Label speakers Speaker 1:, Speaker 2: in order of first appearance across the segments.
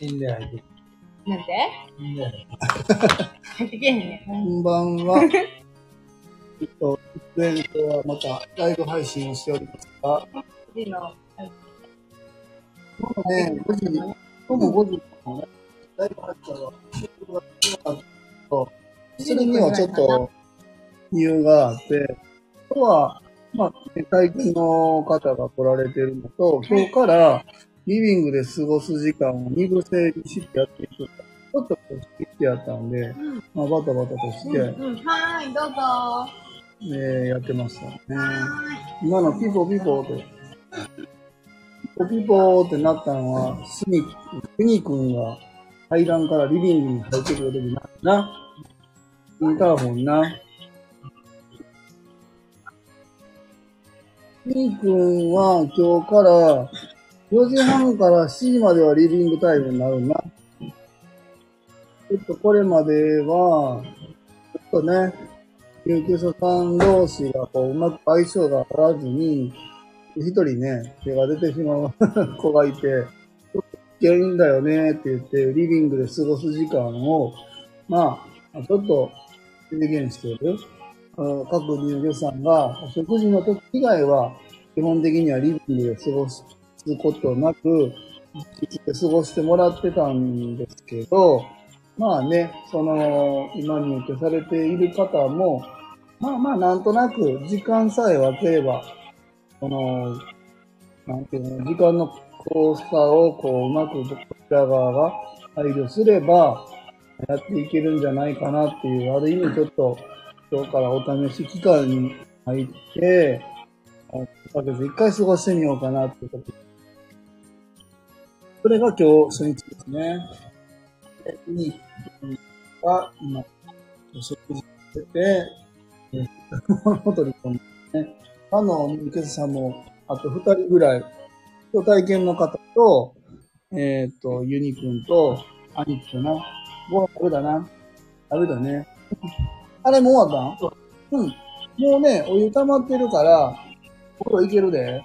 Speaker 1: いいんだよ、入って。
Speaker 2: なんて
Speaker 1: いいんだよ。
Speaker 2: 入ってけへんね
Speaker 3: こんばんは。えっと、イベントはまたライブ配信をしておりますが、
Speaker 2: ん。いいの。
Speaker 3: もうね、5時に、午後5時のね、ライブ配信は、収録ができなかったけどそれにはちょっと理由があって、今日は、まあ、最近の方が来られてるのと、今日からリビングで過ごす時間を二部制にしてやっていく。ちょっとこうしてやったんで、まあ、バタバタとして、
Speaker 2: うん、はーい、どうぞ。は
Speaker 3: えーやってましたね。
Speaker 2: ー
Speaker 3: 今のピポピポと、ピポピポってなったのは、スニ、スニ君が階段からリビングに入ってくるときな、な、インターホンな。スニ君は今日から4時半から7時まではリビングタイムになるな。ちょっとこれまでは、ちょっとね、救急車さん同士がこううまく相性が合わずに、一人ね、手が出てしまう 子がいて、ちょっと危険だよねって言って、リビングで過ごす時間を、まあ、ちょっと制限している。あの各入居者さんが、お食事の時以外は、基本的にはリビングで過ごすことなく、一室で過ごしてもらってたんですけど、まあね、その、今入居されている方も、まあまあ、なんとなく、時間さえ分ければ、その、なんていうの、時間の交差を、こう、うまく、こちら側が配慮すれば、やっていけるんじゃないかなっていう、ある意味ちょっと、今日からお試し期間に入って、あ1ヶ月1回過ごしてみようかなっていうこと。それが今日初日ですね。でにが今、お食事してて、えー、ホテルにね、 他の入居者さんも、あと二人ぐらい、今日体験の方と、えっ、と、ユニ君と、兄貴とな、ご飯食べたな、食べたね。あれ、もう終わったんうん。もうね、お湯溜まってるから、お風呂いけるで。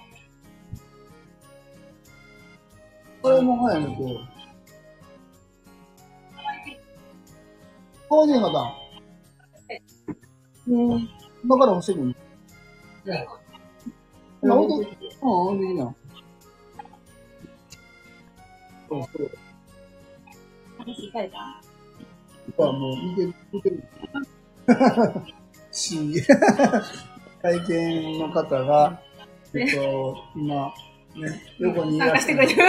Speaker 3: これも早いね、今日。川尻方。うん。だから欲しいもん。
Speaker 2: い
Speaker 3: なるほど。うん、いいな。そうそう。
Speaker 2: 私、行かれた
Speaker 3: まあもう見て、見てる。 し、体験の方が、えっと、今、ね、横にい
Speaker 2: 参
Speaker 3: ら
Speaker 2: 加
Speaker 3: っし
Speaker 2: し
Speaker 3: ゃ
Speaker 2: て
Speaker 3: る
Speaker 2: くれてる。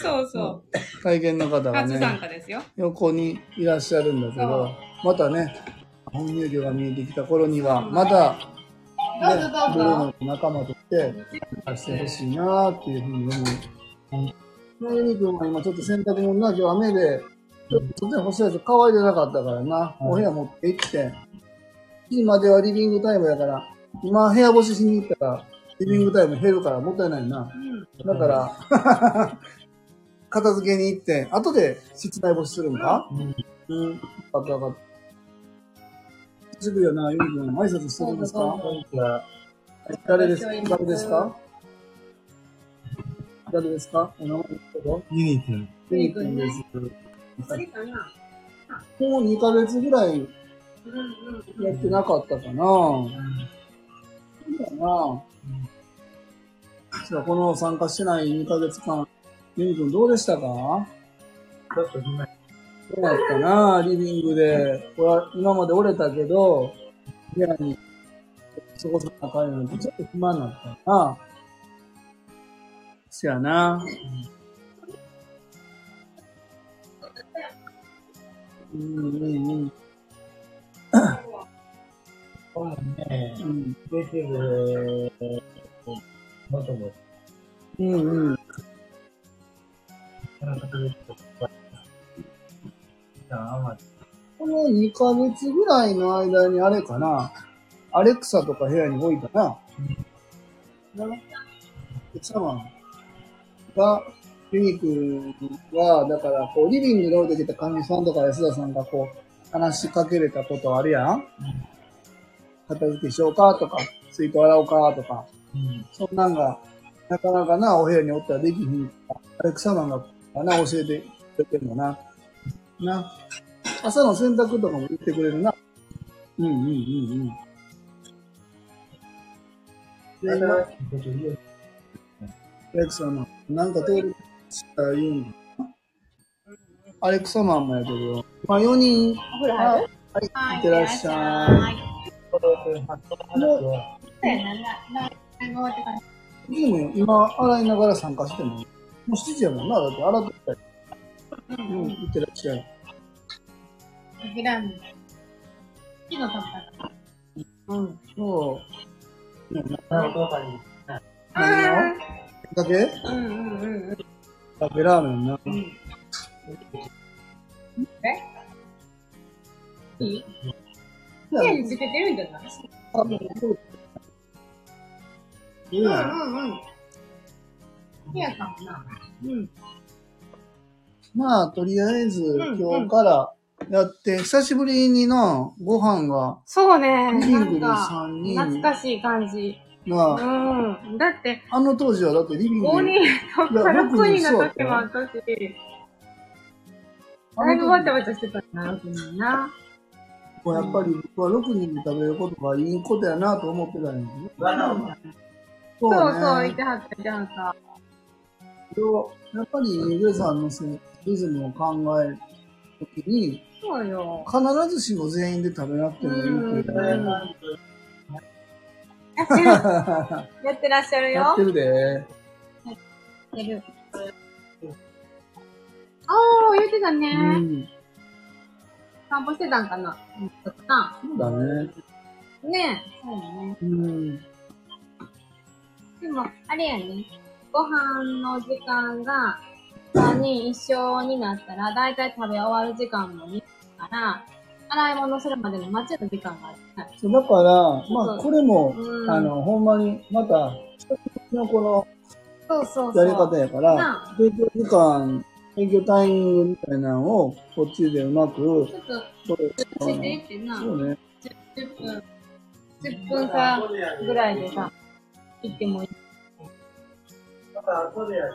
Speaker 2: そうそう。
Speaker 3: 体験の方が
Speaker 2: 初参
Speaker 3: ね、
Speaker 2: 加ですよ。
Speaker 3: 横にいらっしゃるんだけ
Speaker 2: そう
Speaker 3: ど、またね、本入魚が見えてきた頃には、また、
Speaker 2: どう
Speaker 3: ねブ
Speaker 2: ぞ、
Speaker 3: ル
Speaker 2: ど
Speaker 3: ー
Speaker 2: うぞ。
Speaker 3: の仲間として、出してほしいなっていうふうに思う。まあユニ君は今ちょっと洗濯物な、今日雨で、ちょっと外に干したやつ乾いてなかったからな、
Speaker 1: うん
Speaker 3: お部屋持って行って、今まではリビングタイムやから、今部屋干ししに行ったら、リビングタイム減るからもったいないな。
Speaker 2: うん
Speaker 3: だから、片付けに行って、後で室内干しするんか
Speaker 1: うん。
Speaker 3: うん。分かった分かった。すぐよな、ユニ君、挨拶してるんですか
Speaker 1: なんか、
Speaker 3: 誰ですか誰ですか誰ですかお名前どうぞ。
Speaker 1: ユニ君。
Speaker 3: ユニ君です。
Speaker 2: 次かな
Speaker 3: もう2ヶ月ぐらい
Speaker 2: うんうん
Speaker 3: やってなかったかな。そうだな。じゃあこの参加してない2ヶ月間、ユニ君どうでしたかど
Speaker 1: ちょっと今、
Speaker 3: うだったな、リビングで。これは今まで折れたけど、部屋に過ごさなあかんようになってちょっと暇になったな。そやな。うんうんうん。
Speaker 1: このね、
Speaker 3: うん
Speaker 1: 出てる、もともと、
Speaker 3: うんうん。
Speaker 1: この方ですとか、あんまり、
Speaker 3: この2ヶ月ぐらいの間にあれかな、アレクサとか部屋に置いたな。な、奥様が、ユニ君は、だから、こう、リビングで置いてきた神さんとか安田さんが、こう、話しかけれたことあるやん片付けしようかとか、水筒洗おうかとか、
Speaker 1: うん。
Speaker 3: そんなんがなかなかな、お部屋におったらできひん。アレクサマンがな、教えてくれてるのな。な。朝の洗濯とかも言ってくれるな。うんうんうんうん。で、今、ア
Speaker 1: こと言う
Speaker 3: レクサマン、なんか登録したら言うんだ。アレクサマンもやけど、まあ4人、
Speaker 2: お風呂
Speaker 3: は
Speaker 2: 入
Speaker 3: い、
Speaker 2: る
Speaker 3: いってらっしゃい。
Speaker 1: これで話は
Speaker 2: そうやな、な、な、終わってから。
Speaker 3: いいもん、今、洗いながら参加しても。もう7時やもんな、だって洗ってたり。うん、いってらっしゃい。
Speaker 2: 普段、木のパパ。
Speaker 3: うん、そう。
Speaker 1: 何とかに
Speaker 3: 何をだけ
Speaker 2: あ。うんうんうんうん。
Speaker 3: だけラーメンな。
Speaker 2: うんえいい部屋につけてるんじゃない
Speaker 3: あそういいやん
Speaker 2: うんうんうん。部屋かもな。うん。
Speaker 3: まあ、とりあえず、
Speaker 2: うん
Speaker 3: 今日からやって、久しぶりにな、ご飯が、
Speaker 2: そうね。
Speaker 3: リビングに
Speaker 2: な
Speaker 3: 3
Speaker 2: んか、懐
Speaker 3: 人
Speaker 2: かしい感じ。う
Speaker 3: が、
Speaker 2: ん。だって、
Speaker 3: あの当時はだってリビング
Speaker 2: 5
Speaker 3: に、
Speaker 2: 人とか6人の時もあったし、
Speaker 3: あ
Speaker 2: だいぶわちゃ
Speaker 3: の
Speaker 2: わちゃしてたな、6人な。
Speaker 3: 時はやっぱり僕は6人で食べることがいいことやなと思ってたんやけど。そ
Speaker 2: そうそう、いてはった、いてはった。
Speaker 3: やっぱり、上さんのせリズムを考えるときに、
Speaker 2: そう よ。
Speaker 3: 必ずしも全員で食べなくてもいいけど、
Speaker 2: うん
Speaker 3: や
Speaker 2: やってる、やってらっしゃるよ。や
Speaker 3: ってるで。
Speaker 2: ってる。あー、言ってた
Speaker 3: う
Speaker 2: ね。
Speaker 3: ん。
Speaker 2: 散歩してたんかな。うん、な。
Speaker 3: そうだね。
Speaker 2: ねえ。そうね。
Speaker 3: うん。
Speaker 2: でも、あれやね。ご飯の時間が3人一緒になったら、だいたい食べ終わる時間も2時から、洗い物するまでの待ちの時間があるから。
Speaker 3: そうだから、まあ、これも、
Speaker 2: うん
Speaker 3: あの、ほんまに、また、人のこ
Speaker 2: そうそう
Speaker 3: の
Speaker 2: そう。
Speaker 3: やり方やから
Speaker 2: な、
Speaker 3: 提供時間、提供タイミングみたいなのを、こっちでうまく、
Speaker 2: ちょっ
Speaker 3: そ
Speaker 2: と、
Speaker 3: れ
Speaker 2: 教えてってな。
Speaker 3: そうね。
Speaker 2: 10分、10分差ぐらいでさ、行ってもいい。
Speaker 1: また後でやる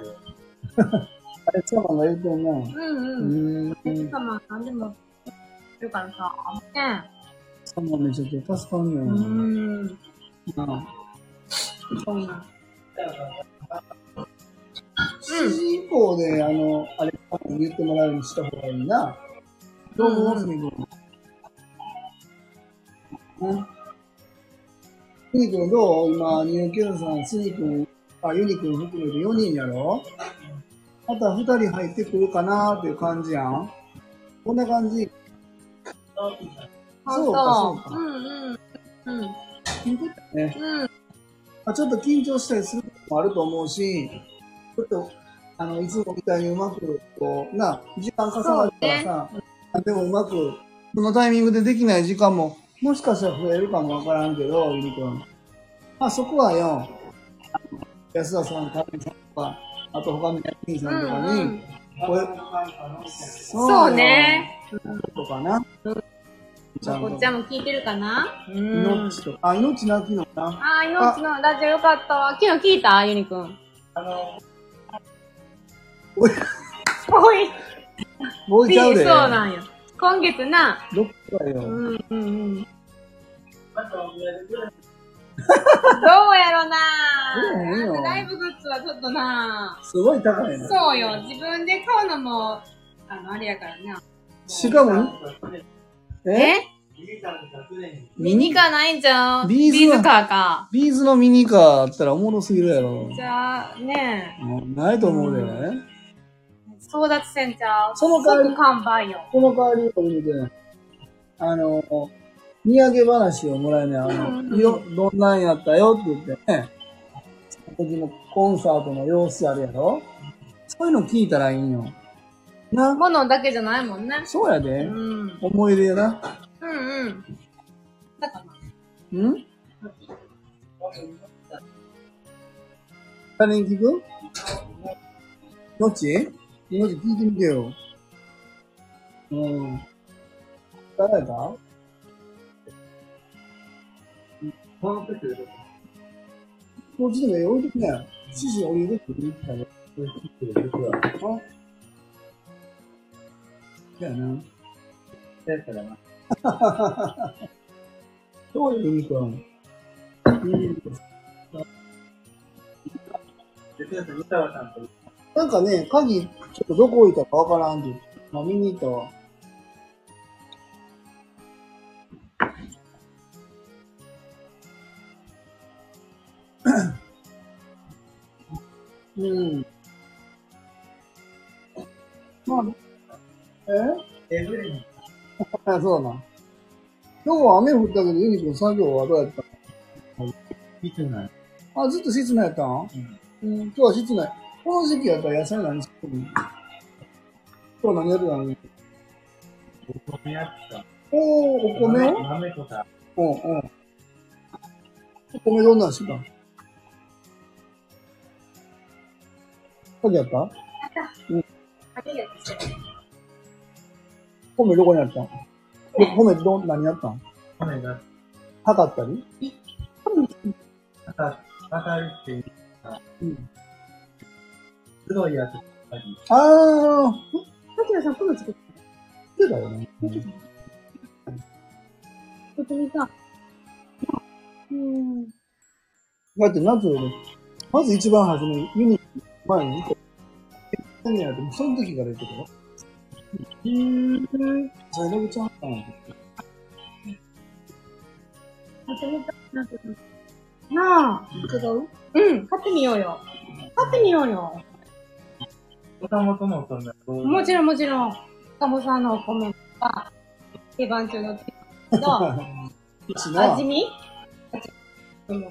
Speaker 3: あれ、妻が言うてんな。
Speaker 2: うん
Speaker 3: う
Speaker 2: うん。
Speaker 3: ー
Speaker 2: うん、
Speaker 3: ん。
Speaker 2: かまあ、なんでも、いるからさ、ね
Speaker 3: 妻めちゃくちゃ助か
Speaker 2: え。
Speaker 3: ん
Speaker 2: う
Speaker 3: ねん。
Speaker 2: ん。
Speaker 3: な
Speaker 2: そうな。
Speaker 3: 7時以降で、あの、あれ、言ってもらうようにした方がいいな。どうも、大隅君。ね。ゆり君どう今、入居さん、すみ君、あ、ゆり君含めて4人やろまた2人入ってくるかなーっていう感じやん。こんな感じ。そうかそうか
Speaker 2: うんうん。うん。
Speaker 3: ね。
Speaker 2: うん。
Speaker 3: まあ、ちょっと緊張したりすることもあると思うし、ちょっと、あの、いつもみたいにうまく、こう、な、時間重なるからさ、あでもうまく、そのタイミングでできない時間も、もしかしたら増えるかもわからんけど、ゆりくん。まあそこはよ、安田さん、カレンさんとか、あと他の役員さんとかに、
Speaker 2: うんうん
Speaker 3: これ
Speaker 2: そうね。
Speaker 3: とかな。ちゃん
Speaker 2: こっ
Speaker 3: と
Speaker 2: ちゃんも聞いてるかなう
Speaker 3: 命
Speaker 2: ん。
Speaker 3: とか、あ、命なきのかな。
Speaker 2: あー、命のラジオよかったわ。昨日聞いたゆにくん。
Speaker 3: おい、
Speaker 2: おい、
Speaker 3: もういちゃう
Speaker 2: そう
Speaker 3: で。
Speaker 2: なんよ。今月な。
Speaker 3: どっかよ。
Speaker 2: うんうんうん。どうやろな
Speaker 3: どうやろ
Speaker 2: あんたライブグッズはちょっとな
Speaker 3: すごい高いな。
Speaker 2: そうよ。自分で買うのも、あの、あれやからな。
Speaker 3: しかも、え
Speaker 2: ミニカーないんちゃう
Speaker 3: ビーズは
Speaker 2: ビーズカーか。
Speaker 3: ビーズのミニカーあったらおもろすぎるやろ。
Speaker 2: じゃあ、ね
Speaker 3: もうないと思うで、
Speaker 2: え、争奪戦ちゃう。
Speaker 3: その代わり
Speaker 2: 即完売よ。
Speaker 3: この代わりを見て、あの、土産話をもらえない。あ
Speaker 2: うんうんう
Speaker 3: の、
Speaker 2: ん
Speaker 3: よ、どんなんやったよって言ってね、その時のコンサートの様子あるやろそういうの聞いたらいいんよ。な、
Speaker 2: 物だけじゃないもんね。
Speaker 3: そうや
Speaker 2: う
Speaker 3: で。
Speaker 2: ん。
Speaker 3: 思い出やな。
Speaker 2: うんうん。だから、
Speaker 3: ん誰に聞くのちのち聞いてみてよ。うん。誰だ
Speaker 1: この時
Speaker 3: こっちでも置いとくね。 7時降りるって言ってたね。あそうやな。
Speaker 1: やからな。
Speaker 3: どういうみくん。 음.
Speaker 1: で、とりあえず、三沢さんと、
Speaker 3: なんかね、鍵、ちょっとどこ置いたかわからんって。まあ、見に行ったわ。うん。まあ、え
Speaker 1: エブリン、
Speaker 3: あ、そうだな。今日は雨降ったけど、ユニくん作業はどうやった
Speaker 1: 見てない。
Speaker 3: あ、ずっと室内やったん
Speaker 1: うん。
Speaker 3: うん、今日は室内。この時期やったら野菜何作るの今日何やってたの
Speaker 1: お米やってた。
Speaker 3: おおー、お米を
Speaker 1: 豆とか、
Speaker 3: うんうん。お米どんなんしてたん鍵やった
Speaker 2: 鍵で私
Speaker 3: 米どこにあったんで米どん、何やったん
Speaker 1: 米が、
Speaker 3: 測ったり
Speaker 1: また、またるっていう、
Speaker 3: うん。
Speaker 1: すごいやつとかに、
Speaker 3: あー、
Speaker 2: 滝野さん、今度作って
Speaker 3: 言ってたよね。
Speaker 2: 作ってみた。うん。
Speaker 3: だって夏、まず一番初めに、ユニ前に行こう。何やっても、その時から言ってたよ。
Speaker 2: うん。
Speaker 3: それだけちゃうかな。
Speaker 2: 買ってみたいなって。なあ。違ううん、買ってみようよ。買ってみようよ。
Speaker 1: 子供とのお米はどう
Speaker 2: もちろんもちろん、カモさんのお米は、定番中の定番
Speaker 3: うち
Speaker 2: と、
Speaker 3: な。
Speaker 2: 味見うん。
Speaker 1: ん。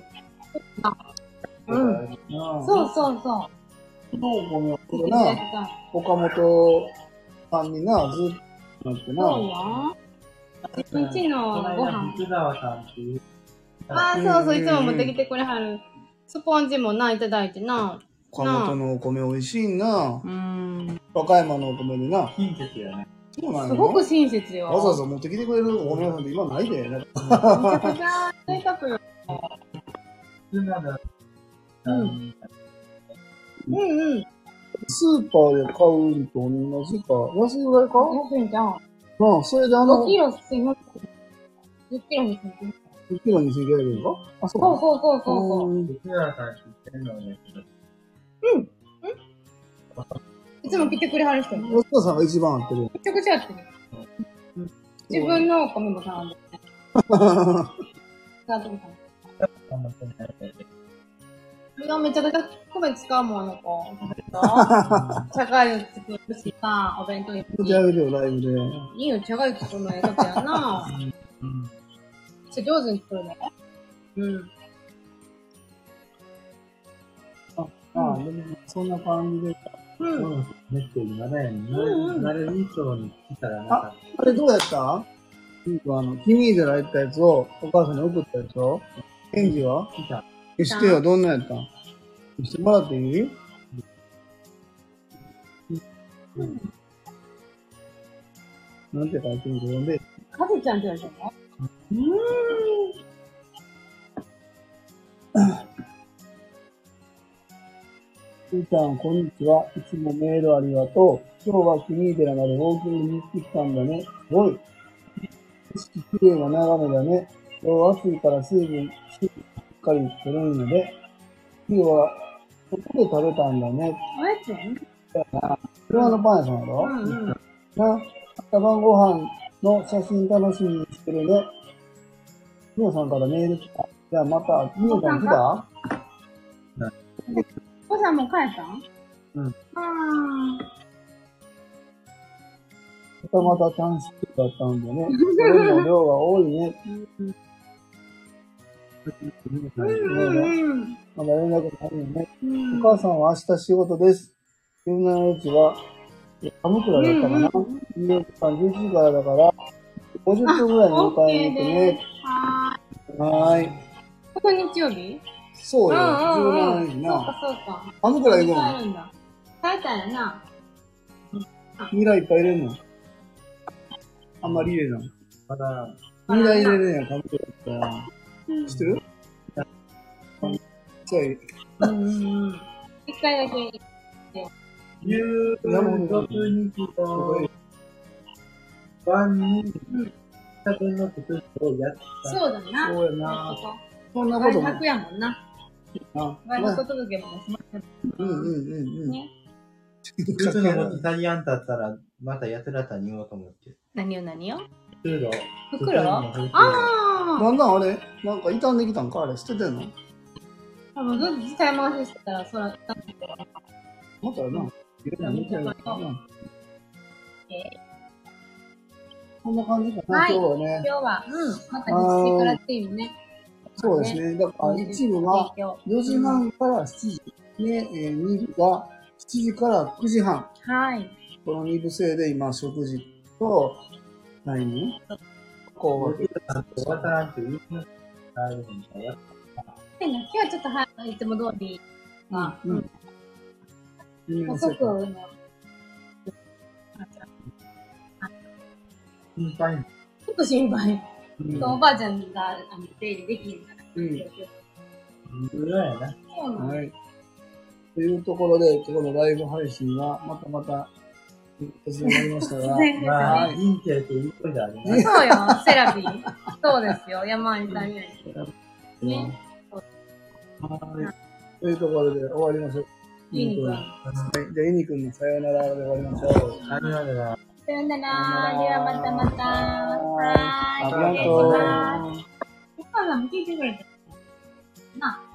Speaker 3: そ。
Speaker 2: そうそうそう
Speaker 3: もう、こ
Speaker 2: う。
Speaker 3: のな
Speaker 2: やり、たい
Speaker 3: 岡本さんにな、ずっとなって
Speaker 2: そう
Speaker 3: な。
Speaker 2: よ。うちのご飯。
Speaker 1: 三沢さんっていう、
Speaker 2: ああ、
Speaker 3: うん
Speaker 2: そうそう、いつも持ってきてくれはる。スポンジもないただいてな。
Speaker 3: 岡本のお米美味しいな
Speaker 2: う。ん。
Speaker 3: 和歌山のお米でな。
Speaker 1: 金鉄やね。
Speaker 3: そうなの
Speaker 2: すごく親切よ。
Speaker 3: わざわざ持ってきてくれるお米なんて今ないで。なんか
Speaker 2: めちゃくちゃ贅沢よ。
Speaker 1: 普通なら、うん。
Speaker 2: うんうん。
Speaker 3: スーパーで買うんと同じか。安いぐらいか
Speaker 2: 安いじゃん。
Speaker 3: なあ、それであの、
Speaker 2: 5キ
Speaker 3: 1
Speaker 2: ロすいません。10キロにする。
Speaker 3: キロにしていただけるかあ、そうか。
Speaker 2: そうそうそうそう。
Speaker 3: うん
Speaker 1: 三沢さんって言ってんのね。
Speaker 2: いつも来てくれはる人。め
Speaker 3: 安田さんが一番合ってる。
Speaker 2: ちゃくちゃやってる。自分のお米も 頼んでる。なんとか
Speaker 1: あんまそうないけど
Speaker 2: いや、めちゃくちゃ米使うもん、あの子。社会を作るしさ、お弁当に。
Speaker 3: 持ち上げてよ、ライブで。
Speaker 2: いいよ、社会作るのええことやな。
Speaker 1: うん。
Speaker 2: ちょ上手に作るね。うん。
Speaker 3: ああ、でも、そんな感じで。
Speaker 2: うん。
Speaker 1: メッセージまだやねんな。
Speaker 2: うんうん
Speaker 1: なる以上に来たらなんか、
Speaker 3: あれどうやったうんとあの、君でら行ったやつをお母さんに送ったやつをエンジは
Speaker 1: 来た。
Speaker 3: してよ、どんなやったん見してもらっていいなんて書いてるの読んで。
Speaker 2: かずちゃんって言われたの
Speaker 3: ふーちゃん、こんにちは。いつもメールありがとう。今日は君寺までウォーキングに行ってきたんだね。すごい。景色綺麗な眺めだね。今日は暑いから水分しっかり取れるので、今日はここで食べたんだね。
Speaker 2: おやつやね。
Speaker 3: 車のパン屋さんやろ、
Speaker 2: うんうん。
Speaker 3: な、朝晩ご飯の写真楽しみにしてるね。みおさんからメール来た。じゃあまた、みおさん来た
Speaker 2: お子さんもう帰ったん
Speaker 1: うん。
Speaker 2: あ
Speaker 3: またまた短縮だったんだね。それも量が多いね。
Speaker 2: あ。うんうん
Speaker 3: まだ連絡ないよね。
Speaker 2: うん。
Speaker 3: お母さんは明日仕事です。17日は、寒くらいだったかな。
Speaker 2: うん
Speaker 3: 24時間11時からだから、50分ぐらいに
Speaker 2: オ
Speaker 3: 迎
Speaker 2: ッケ
Speaker 3: えに行
Speaker 2: ー
Speaker 3: って
Speaker 2: で
Speaker 3: ね。
Speaker 2: す。はーい。
Speaker 3: はーい。
Speaker 2: ここ日曜日
Speaker 3: そうよ。
Speaker 2: うんうん
Speaker 3: 17
Speaker 2: うん。
Speaker 3: 日
Speaker 2: そう
Speaker 3: な。
Speaker 2: かそうか。
Speaker 3: 寒くらい行く
Speaker 2: 帰
Speaker 3: の。
Speaker 2: るんだ。帰ったんやな。
Speaker 3: ニラいっぱい入れんのあんまり入れない。
Speaker 1: まだ、
Speaker 3: ニラ入れるんや、寒くなったら。知ってるちっちゃい
Speaker 2: うんうんうん。一回だけ。
Speaker 1: 夕
Speaker 3: なるほ
Speaker 1: 食
Speaker 3: ど
Speaker 1: 日の晩に食べのことをやった。
Speaker 2: そうだな。
Speaker 3: そうやな。そんなこ
Speaker 2: 外
Speaker 3: とも
Speaker 2: 泊やもんな。
Speaker 3: な。
Speaker 2: 外
Speaker 3: まあ
Speaker 2: 泊届けもします
Speaker 3: うんうんうんうん。
Speaker 2: ね。
Speaker 4: いつのこと足りやんかったら、また奴らたに言おうと思って。
Speaker 5: 何を何を
Speaker 4: 袋
Speaker 5: 袋
Speaker 4: あ
Speaker 5: あ
Speaker 2: ああ
Speaker 3: だんだんあれなんか傷んできたんかあれ捨ててんの
Speaker 2: 多分ずっと自体回ししてたら、そら、だって、
Speaker 3: またやな。
Speaker 2: や見てるな
Speaker 3: こんな感じかな、
Speaker 2: はい
Speaker 3: 今日はね
Speaker 2: 今。日は、うん、また自治からチームね。
Speaker 3: そうですね。だから、チームが
Speaker 2: 提供
Speaker 3: 4時半から7時。ね、えー、2部が7時から9時半。
Speaker 2: はい。
Speaker 3: この2部制で今、食事と、何こう、
Speaker 4: わたんって言うのあるんだよ。
Speaker 2: でね、今日はちょっと早く、いつも通り、ま
Speaker 3: うん。みんな
Speaker 2: あ、遅
Speaker 3: そう
Speaker 2: く
Speaker 3: か
Speaker 2: の、
Speaker 4: 心配な
Speaker 2: ちょっと心配。
Speaker 3: うん
Speaker 2: おばあちゃんが、あの、出入りできんから。
Speaker 3: うん
Speaker 4: 無駄やな。
Speaker 2: そうなの。
Speaker 3: はい。というところで、今日のライブ配信は、またまた、突然になりました が、
Speaker 2: 全然
Speaker 4: まあ、人生っていいことだね。
Speaker 2: そうよ、セラピー。そうですよ、山にさんみたいに。ね、
Speaker 3: はい。というところで終わりましょう。
Speaker 2: ユニくん。
Speaker 3: はい。じゃあ、イニ君のさようならで終わりましょう。
Speaker 4: あれなんだな。
Speaker 2: さよなら。ではまたまた。はーい。
Speaker 3: ありがとう
Speaker 2: お母さんも聞いてくれた。なあ。